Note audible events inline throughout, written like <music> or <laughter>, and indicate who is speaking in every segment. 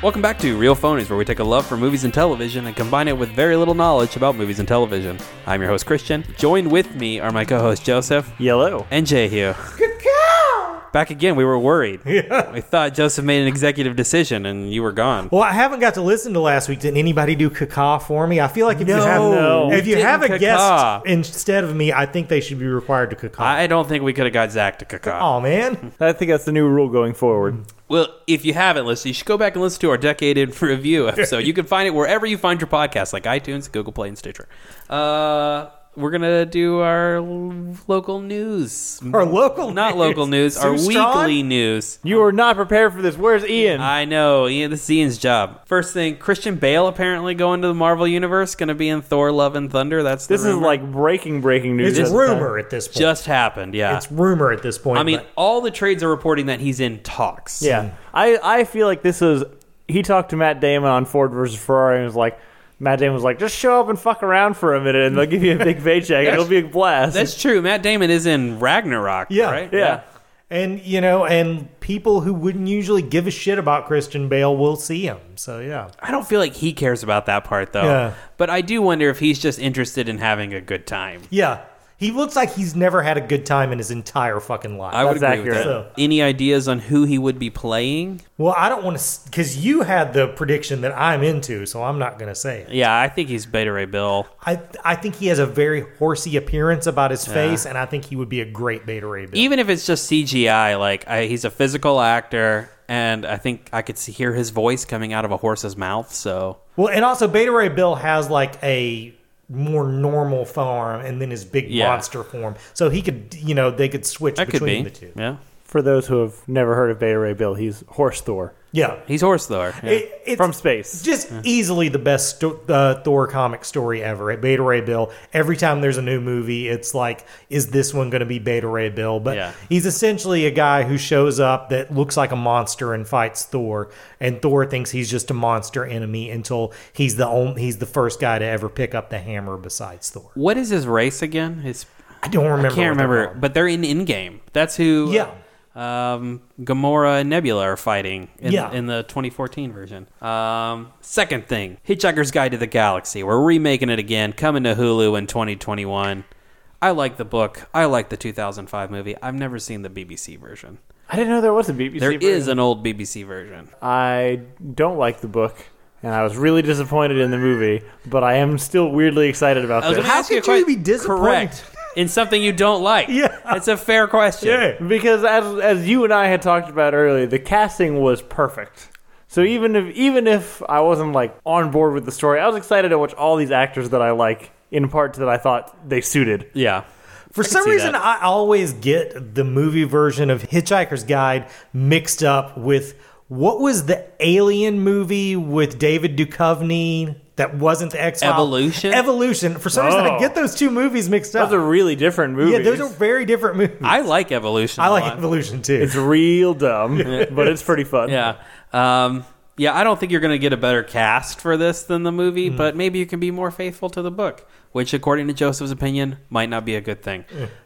Speaker 1: Welcome back to Real Phonies, where we take a love for movies and television and combine it with very little knowledge about movies and television. I'm your host, Christian. Joined with me are my co host, Joseph
Speaker 2: Yellow.
Speaker 1: and Jay Hugh. Back again, we were worried. We thought Joseph made an executive decision and you were gone.
Speaker 3: Well, I haven't got to listen to last week. Didn't anybody do caca for me? I feel like if you have
Speaker 2: No.
Speaker 3: if you
Speaker 1: Didn't
Speaker 3: have a
Speaker 1: caca.
Speaker 3: guest instead of me, I think they should be required to caca.
Speaker 1: I don't think we could have got Zach to caca. <laughs>
Speaker 3: oh man,
Speaker 2: I think that's the new rule going forward.
Speaker 1: Well, if you haven't listened, you should go back and listen to our decade in <laughs> review episode. you can find it wherever you find your podcasts, like iTunes, Google Play, and Stitcher. Uh, we're gonna do our l- local news,
Speaker 3: our local
Speaker 1: not
Speaker 2: <laughs>
Speaker 1: local news, our
Speaker 3: Sue Strawn?
Speaker 1: weekly news.
Speaker 2: You are not prepared for this. Where's Ian?
Speaker 1: I know, Ian. This is Ian's job. First thing, Christian Bale apparently going to the Marvel universe, going to be in Thor: Love and Thunder. That's the
Speaker 2: this is
Speaker 1: rumor.
Speaker 2: like breaking breaking news.
Speaker 3: It's
Speaker 2: at the time.
Speaker 3: rumor at this point.
Speaker 1: just happened. Yeah,
Speaker 3: it's rumor at this point.
Speaker 1: I mean,
Speaker 3: but-
Speaker 1: all the trades are reporting that he's in talks.
Speaker 2: Yeah, I I feel like this is. He talked to Matt Damon on Ford versus Ferrari and was like, Matt Damon was like, just show up and fuck around for a minute and they'll give you a big paycheck. and It'll be a blast.
Speaker 1: that's true. Matt Damon is in Ragnarok.
Speaker 3: Yeah.
Speaker 1: right?
Speaker 2: yeah.
Speaker 3: and you know, and people who wouldn't usually give a shit about Christian Bale will see him. So yeah,
Speaker 1: I don't feel like he cares about that part though.
Speaker 3: Yeah.
Speaker 1: But I do wonder if he's just interested in having a good time.
Speaker 3: yeah, he looks like he's never had a good time in his entire fucking life.
Speaker 1: I would
Speaker 2: That's
Speaker 1: agree with that.
Speaker 3: accurate.
Speaker 1: Any ideas on who he would be playing?
Speaker 3: well, I don't want to because you had the prediction that I'm into, so I'm not going to say it.
Speaker 1: Yeah, I think he's Beta Ray Bill.
Speaker 3: I I think he has a very horsey appearance about his face, and I think he would be a great Beta Ray Bill.
Speaker 1: Even if it's just CGI, like I, he's a physical actor, and I think I could see, hear his voice coming out of a horse's mouth. So
Speaker 3: well, and also Beta Ray Bill has like a more normal form, and then his big
Speaker 1: Yeah.
Speaker 3: monster form. So he could, you know, they could switch
Speaker 1: that could be.
Speaker 3: between the two.
Speaker 1: Yeah,
Speaker 2: For those who have never heard of Beta Ray Bill, he's Horse Thor
Speaker 3: Yeah,
Speaker 1: he's Horse Thor. Yeah.
Speaker 3: It- it's
Speaker 2: from space.
Speaker 3: just easily the best sto- uh, Thor comic story ever. At Beta Ray Bill, every time there's a new movie, it's like, is this one going to be Beta Ray Bill? But
Speaker 1: Yeah.
Speaker 3: he's essentially a guy who shows up that looks like a monster and fights Thor, and Thor thinks he's just a monster enemy until he's the only, he's the first guy to ever pick up the hammer besides Thor.
Speaker 1: what is his race again? His
Speaker 3: I don't remember.
Speaker 1: I can't
Speaker 3: what they're
Speaker 1: remember,
Speaker 3: called.
Speaker 1: but they're in in game. That's who.
Speaker 3: Yeah.
Speaker 1: Um, Gamora and Nebula are fighting in,
Speaker 3: Yeah.
Speaker 1: in the 2014 version. Um, second thing, Hitchhiker's Guide to the Galaxy. We're remaking it again, coming to Hulu in 2021. I like the book. I like the 2005 movie. I've never seen the BBC version.
Speaker 2: I didn't know there was a BBC.
Speaker 1: There is
Speaker 2: version.
Speaker 1: an old BBC version.
Speaker 2: I don't like the book, and I was really disappointed in the movie, but I am still weirdly excited about
Speaker 1: I was
Speaker 2: this.
Speaker 1: gonna
Speaker 3: How
Speaker 1: ask you a
Speaker 3: could you
Speaker 1: question-
Speaker 3: be disappointed?
Speaker 1: Correct. in something you don't like.
Speaker 3: <laughs> Yeah.
Speaker 1: it's a fair question.
Speaker 3: Yeah.
Speaker 2: because as as you and I had talked about earlier, the casting was perfect. So even if even if I wasn't like on board with the story, I was excited to watch all these actors that I like in parts that I thought they suited.
Speaker 1: Yeah.
Speaker 3: For
Speaker 1: can
Speaker 3: some
Speaker 1: see
Speaker 3: reason,
Speaker 1: that.
Speaker 3: I always get the movie version of Hitchhiker's Guide mixed up with what was the Alien movie with David Duchovny that wasn't the X Files?
Speaker 1: Evolution?
Speaker 3: Evolution. For some reason, I
Speaker 2: Oh.
Speaker 3: get those two movies mixed up.
Speaker 2: Those are really different movies.
Speaker 3: yeah, those are very different movies. I,
Speaker 1: I like Evolution. a
Speaker 3: like
Speaker 1: lot.
Speaker 3: Evolution too.
Speaker 2: it's real dumb, <laughs> but it's pretty fun.
Speaker 1: Yeah. Um, yeah, I don't think you're going to get a better cast for this than the movie, but maybe you can be more faithful to the book, which, according to Joseph's opinion, might not be a good thing.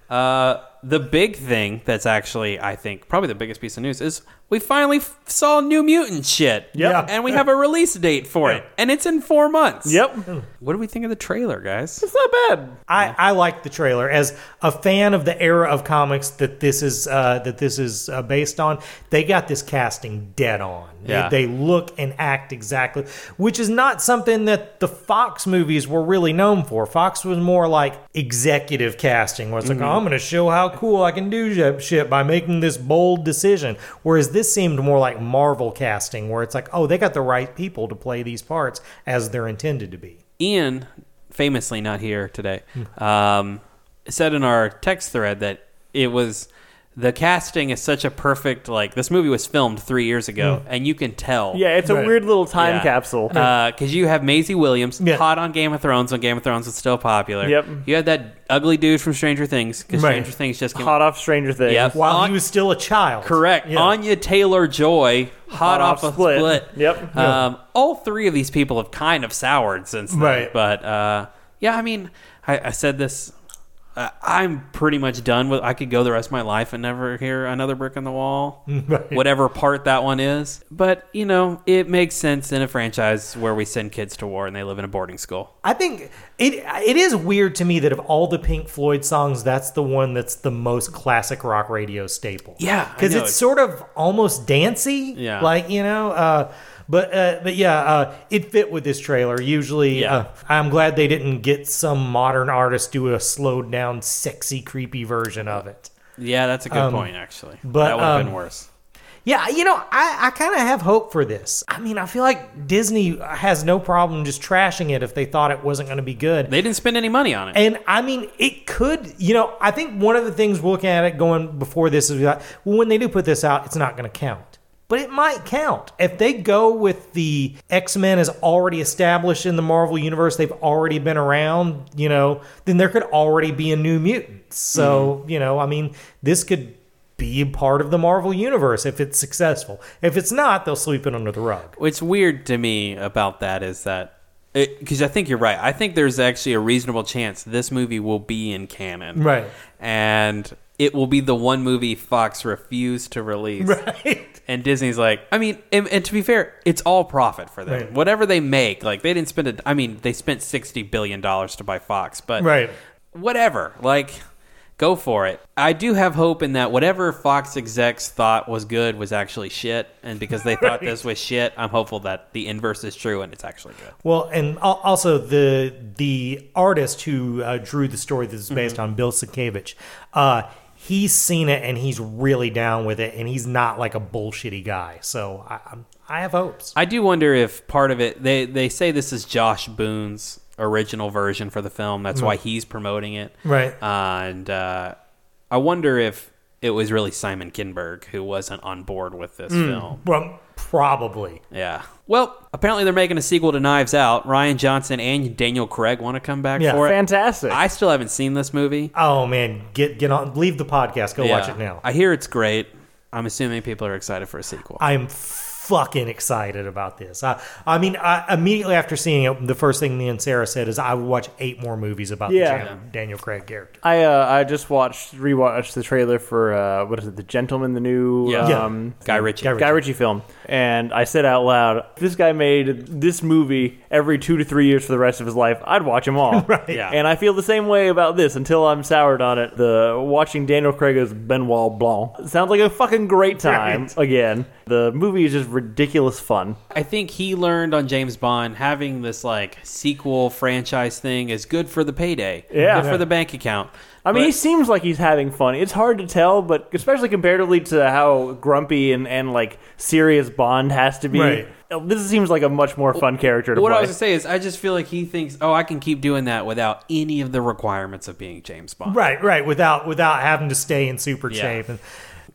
Speaker 1: Uh, the big thing that's actually, I think, probably the biggest piece of news is we finally f- saw New Mutant shit.
Speaker 3: Yeah.
Speaker 1: And we have a release date for it, and it's in four months.
Speaker 2: Yep.
Speaker 1: What do we think of the trailer, guys?
Speaker 2: It's not bad.
Speaker 3: I, I like the trailer as a fan of the era of comics that this is uh, that this is uh, based on. They got this casting dead on. They-
Speaker 1: Yeah.
Speaker 3: They, look and act exactly, which is not something that the Fox movies were really known for. Fox was more like executive casting, where it's
Speaker 1: Mm-hmm.
Speaker 3: like I'm going to show how cool I can do sh- shit by making this bold decision. Whereas this seemed more like Marvel casting, where it's like, oh, they got the right people to play these parts as they're intended to be.
Speaker 1: Ian, famously not here today,
Speaker 2: Hmm.
Speaker 1: um, said in our text thread that it was the casting is such a perfect like this movie was filmed three years ago and you can tell
Speaker 2: Hmm. Yeah, it's a
Speaker 3: Right.
Speaker 2: weird little time
Speaker 1: Yeah. Uh,
Speaker 2: capsule.
Speaker 1: because you have Maisie Williams
Speaker 3: Yeah.
Speaker 1: hot on Game of Thrones when Game of Thrones was still popular
Speaker 2: Yep.
Speaker 1: you had that ugly dude from Stranger Things because
Speaker 3: Right.
Speaker 1: Stranger Things just came
Speaker 2: Hot off Stranger Things.
Speaker 1: Yep.
Speaker 3: While
Speaker 1: On-
Speaker 3: he was still a child,
Speaker 1: Correct.
Speaker 3: Yeah.
Speaker 1: Anya Taylor Joy, hot,
Speaker 2: Hot
Speaker 1: off,
Speaker 2: off
Speaker 1: a split.
Speaker 2: Split. Yep.
Speaker 1: Um, all three of these people have kind of soured since then.
Speaker 3: Right.
Speaker 1: But uh, yeah, I mean, I, I said this uh, I'm pretty much done with. I could go the rest of my life and never hear another brick in the
Speaker 3: <laughs>
Speaker 1: wall, whatever part that one is. But you know, it makes sense in a franchise where we send kids to war and they live in a boarding school.
Speaker 3: I think it it is weird to me that of all the Pink Floyd songs, that's the one that's the most classic rock radio staple.
Speaker 1: Yeah, I
Speaker 3: because
Speaker 1: know.
Speaker 3: it's sort of almost dancey.
Speaker 1: Yeah.
Speaker 3: like you know. Uh, but uh, but yeah, uh, it fit with this trailer. Usually,
Speaker 1: Yeah.
Speaker 3: uh, I'm glad they didn't get some modern artist do a slowed down, sexy, creepy version of it.
Speaker 1: Yeah, that's a good point actually.
Speaker 3: Um, but,
Speaker 1: that would have
Speaker 3: um,
Speaker 1: been worse.
Speaker 3: Yeah, you know, I, I kind of have hope for this. I mean, I feel like Disney has no problem just trashing it if they thought it wasn't going to be good.
Speaker 1: They didn't spend any money on it.
Speaker 3: And I mean, it could, you know, I think one of the things we're looking at it going before this is like, well, when they do put this out, it's not going to count. But it might count. If they go with the X Men is already established in the Marvel Universe, they've already been around, you know, then there could already be a new mutant. So, you know, I mean, this could be a part of the Marvel Universe if it's successful. If it's not, they'll sweep it under
Speaker 1: <laughs>
Speaker 3: the rug.
Speaker 1: What's weird to me about that is that because I think you're right. I think there's actually a reasonable chance this movie will be in canon,
Speaker 3: Right.
Speaker 1: And it will be the one movie Fox refused to release.
Speaker 3: <laughs> Right.
Speaker 1: And Disney's like, I mean, and, and to be fair, it's all profit for them.
Speaker 3: Right.
Speaker 1: Whatever they make, like they didn't spend a. I mean, they spent sixty billion dollars to buy Fox, but
Speaker 3: Right.
Speaker 1: whatever. Like, go for it. I do have hope in that whatever Fox execs thought was good was actually shit, and because they
Speaker 3: <laughs>
Speaker 1: thought this was shit, I'm hopeful that the inverse is true and it's actually good.
Speaker 3: Well, and al- also the the artist who uh, drew the story that is
Speaker 1: Mm-hmm.
Speaker 3: based on, Bill Sienkiewicz, uh, he's seen it and he's really down with it, and he's not like a bullshitty guy. So I, I'm- I have hopes.
Speaker 1: I do wonder if part of it they they say this is Josh Boone's original version for the film. That's why he's promoting it,
Speaker 3: Mm-hmm. Right.
Speaker 1: Uh, and uh, I wonder if it was really Simon Kinberg who wasn't on board with this
Speaker 3: Mm.
Speaker 1: film.
Speaker 3: Well, probably.
Speaker 1: Yeah. Well, apparently they're making a sequel to Knives Out. Ryan Johnson and Daniel Craig want to come back
Speaker 3: Yeah,
Speaker 1: for it.
Speaker 2: Fantastic.
Speaker 1: I still haven't seen this movie.
Speaker 3: Oh man, get get on, leave the podcast, go watch
Speaker 1: Yeah.
Speaker 3: it now.
Speaker 1: I hear it's great. I'm assuming people are excited for a sequel.
Speaker 3: I'm fucking excited about this. I, I mean, I, immediately after seeing it, the first thing me and Sarah said is I would watch eight more movies about
Speaker 2: Yeah.
Speaker 3: the Jan- Daniel Craig character.
Speaker 2: I uh, I just watched rewatched the trailer for uh, what is it, The Gentleman, the new
Speaker 1: Yeah.
Speaker 3: Yeah.
Speaker 2: um,
Speaker 1: Guy Ritchie.
Speaker 3: Guy Ritchie.
Speaker 2: Guy Ritchie film, and I said out loud, if "This guy made this movie every two to three years for the rest of his life. I'd watch them
Speaker 3: <laughs>
Speaker 2: all." right.
Speaker 1: Yeah.
Speaker 2: And I feel the same way about this until I'm soured on it. The watching Daniel Craig as Benoit Blanc sounds like a fucking great time
Speaker 3: Right.
Speaker 2: again. The movie is just ridiculous fun.
Speaker 1: I think he learned on James Bond having this like sequel franchise thing is good for the payday.
Speaker 2: Yeah.
Speaker 1: Good for the bank account.
Speaker 2: I mean,
Speaker 1: But-
Speaker 2: he seems like he's having fun. It's hard to tell, but especially comparatively to how grumpy and, and like serious Bond has to be,
Speaker 3: Right.
Speaker 2: this seems like a much more fun character to
Speaker 1: what
Speaker 2: play.
Speaker 1: I was gonna say is I just feel like he thinks, oh, I can keep doing that without any of the requirements of being James Bond.
Speaker 3: Right, right. Without without having to stay in super
Speaker 1: Yeah.
Speaker 3: shape and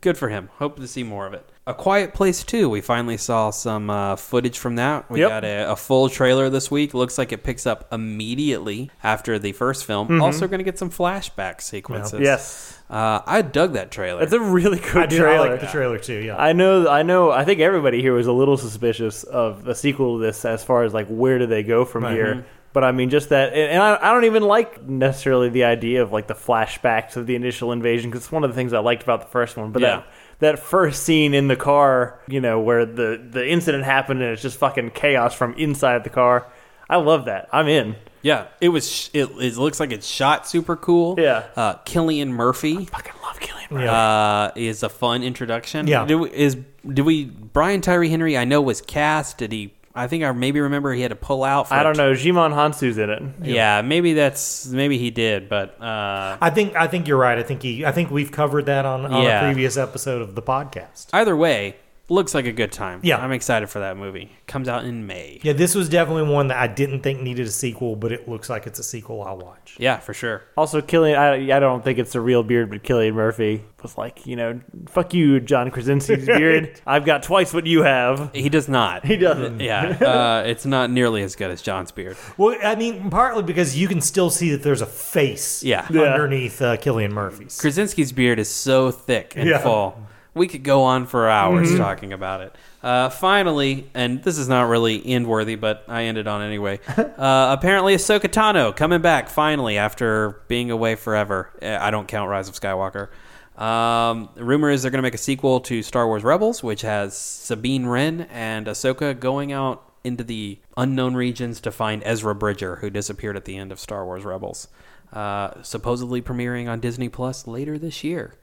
Speaker 1: good for him. Hope to see more of it. A Quiet Place 2, we finally saw some uh, footage from that. We
Speaker 2: Yep.
Speaker 1: got a, a full trailer this week. Looks like it picks up immediately after the first film. Also, going to get some flashback sequences.
Speaker 2: Mm-hmm. yes,
Speaker 1: Uh, I dug that trailer.
Speaker 2: it's a really good
Speaker 3: I do.
Speaker 2: trailer.
Speaker 3: I like the trailer too. Yeah.
Speaker 2: I know, I know. I think everybody here was a little suspicious of the sequel to this, as far as like where do they go from here. But I mean, just that, and and I, I don't even like necessarily the idea of like the flashbacks of the initial invasion because it's one of the things I liked about the first one. But
Speaker 1: Yeah.
Speaker 2: that that first scene in the car, you know, where the the incident happened and it's just fucking chaos from inside the car. I love that. I'm in.
Speaker 1: yeah, it was. Sh- it, it looks like it's shot super cool.
Speaker 2: Yeah.
Speaker 1: Uh, Killian Murphy
Speaker 2: Fucking love Killian. Murphy.
Speaker 3: yeah.
Speaker 1: uh, is a fun introduction.
Speaker 3: Yeah.
Speaker 1: Do, we- is do we Brian Tyree Henry? I know was cast. Did he? I think I maybe remember he had to pull out. For
Speaker 2: I
Speaker 1: a
Speaker 2: don't know. Jimon Hansu's in it.
Speaker 1: Yeah, maybe that's maybe he did, but uh,
Speaker 3: I think I think you're right. I think he I think we've covered that on, on
Speaker 1: Yeah.
Speaker 3: a previous episode of the podcast.
Speaker 1: either way, looks like a good time.
Speaker 3: Yeah.
Speaker 1: I'm excited for that movie. Comes out in May.
Speaker 3: Yeah, this was definitely one that I didn't think needed a sequel, but it looks like it's a sequel I'll watch.
Speaker 1: Yeah, for sure.
Speaker 2: Also, Killian, I, I don't think it's a real beard, but Killian Murphy was like, you know, fuck you, John <laughs> Krasinski's beard. I've got twice what you have.
Speaker 1: He does not.
Speaker 2: He doesn't.
Speaker 1: yeah, uh, it's not nearly as good as John's beard.
Speaker 3: Well, I mean, partly because you can still see that there's a face
Speaker 1: Yeah.
Speaker 2: Yeah.
Speaker 3: underneath uh, Killian Murphy's.
Speaker 1: Krasinski's beard is so thick and
Speaker 3: Yeah.
Speaker 1: full. We could go on for hours talking about it. Uh, finally, and this is not really end worthy, but I ended on anyway. Uh, apparently, Ahsoka Tano coming back finally after being away forever. Eh, I don't count Rise of Skywalker. Um, rumor is they're going to make a sequel to Star Wars Rebels, which has Sabine Wren and Ahsoka going out into the unknown regions to find Ezra Bridger, who disappeared at the end of Star Wars Rebels. Uh, supposedly premiering on Disney Plus later this year.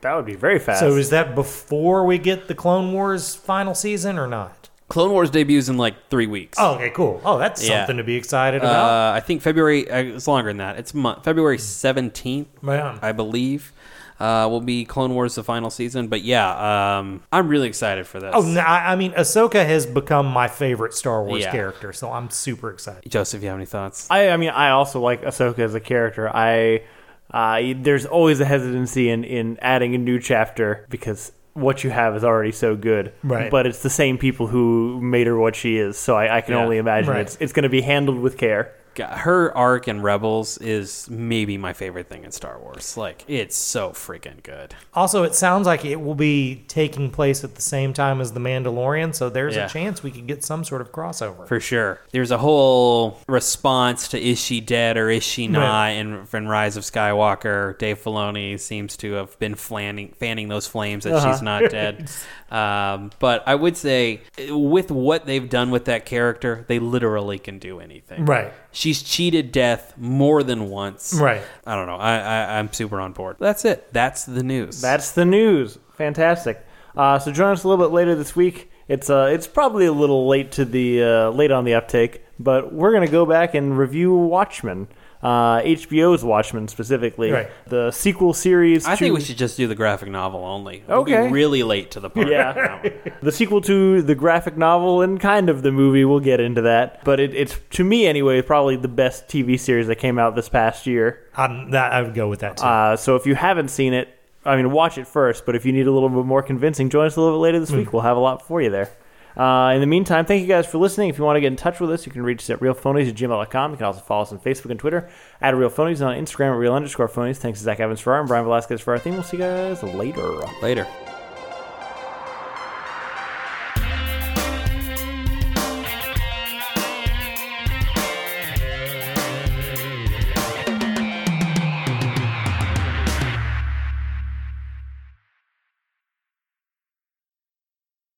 Speaker 2: That would be very fast.
Speaker 3: So is that before we get the Clone Wars final season or not?
Speaker 1: Clone Wars debuts in like three weeks.
Speaker 3: Oh, okay, cool. Oh, that's
Speaker 1: Yeah.
Speaker 3: something to be excited about.
Speaker 1: Uh, I think February. Uh, it's longer than that. It's month, February seventeenth,
Speaker 3: Man.
Speaker 1: I believe. Uh, will be Clone Wars the final season, but yeah, um, I'm really excited for this.
Speaker 3: Oh, no, I I mean, Ahsoka has become my favorite Star Wars
Speaker 1: Yeah.
Speaker 3: character, so I'm super excited.
Speaker 1: Joseph, you have any thoughts?
Speaker 2: I, I mean, I also like Ahsoka as a character. I uh, there's always a hesitancy in in adding a new chapter because what you have is already so good.
Speaker 3: Right.
Speaker 2: But it's the same people who made her what she is, so I, I can
Speaker 1: Yeah.
Speaker 2: only imagine
Speaker 3: Right.
Speaker 2: it's it's going to be handled with care.
Speaker 1: God, uh, Her arc in Rebels is maybe my favorite thing in Star Wars. Like, it's so freaking good.
Speaker 3: Also, it sounds like it will be taking place at the same time as The Mandalorian, so there's
Speaker 1: Yeah.
Speaker 3: a chance we could get some sort of crossover.
Speaker 1: For sure. There's a whole response to is she dead or is she not
Speaker 3: Right.
Speaker 1: in, in Rise of Skywalker. Dave Filoni seems to have been fanning, fanning those flames that she's not dead. um, but I would say, eh, with what they've done with that character, they literally can do anything.
Speaker 3: Right.
Speaker 1: She's cheated death more than once.
Speaker 3: Right.
Speaker 1: I don't know. I, I, I'm super on board. That's it. That's the news.
Speaker 2: That's the news. Fantastic. Uh, so join us a little bit later this week. It's uh, it's probably a little late to the uh, late on the uptake, but we're gonna go back and review Watchmen, uh, HBO's Watchmen specifically,
Speaker 3: Right.
Speaker 2: the sequel series.
Speaker 1: I
Speaker 2: to-
Speaker 1: think we should just do the graphic novel only. We'll be
Speaker 2: Okay.
Speaker 1: really late to the party.
Speaker 2: Yeah.
Speaker 1: on that
Speaker 2: <laughs>
Speaker 1: one.
Speaker 2: The sequel to the graphic novel and kind of the movie, we'll get into that. But it, it's, to me anyway, probably the best TV series that came out this past year.
Speaker 3: I'm, that, I would go with that, too.
Speaker 2: Uh, so if you haven't seen it, I mean, watch it first. But if you need a little bit more convincing, join us a little bit later this week. We'll have a lot for you there. Uh, in the meantime, thank you guys for listening. If you want to get in touch with us, you can reach us at realphonies at gmail.com. You can also follow us on Facebook and Twitter at realphonies and on Instagram at real underscore phonies. Thanks to Zach Evans for our and Brian Velasquez for our theme. We'll see you guys later.
Speaker 1: Later.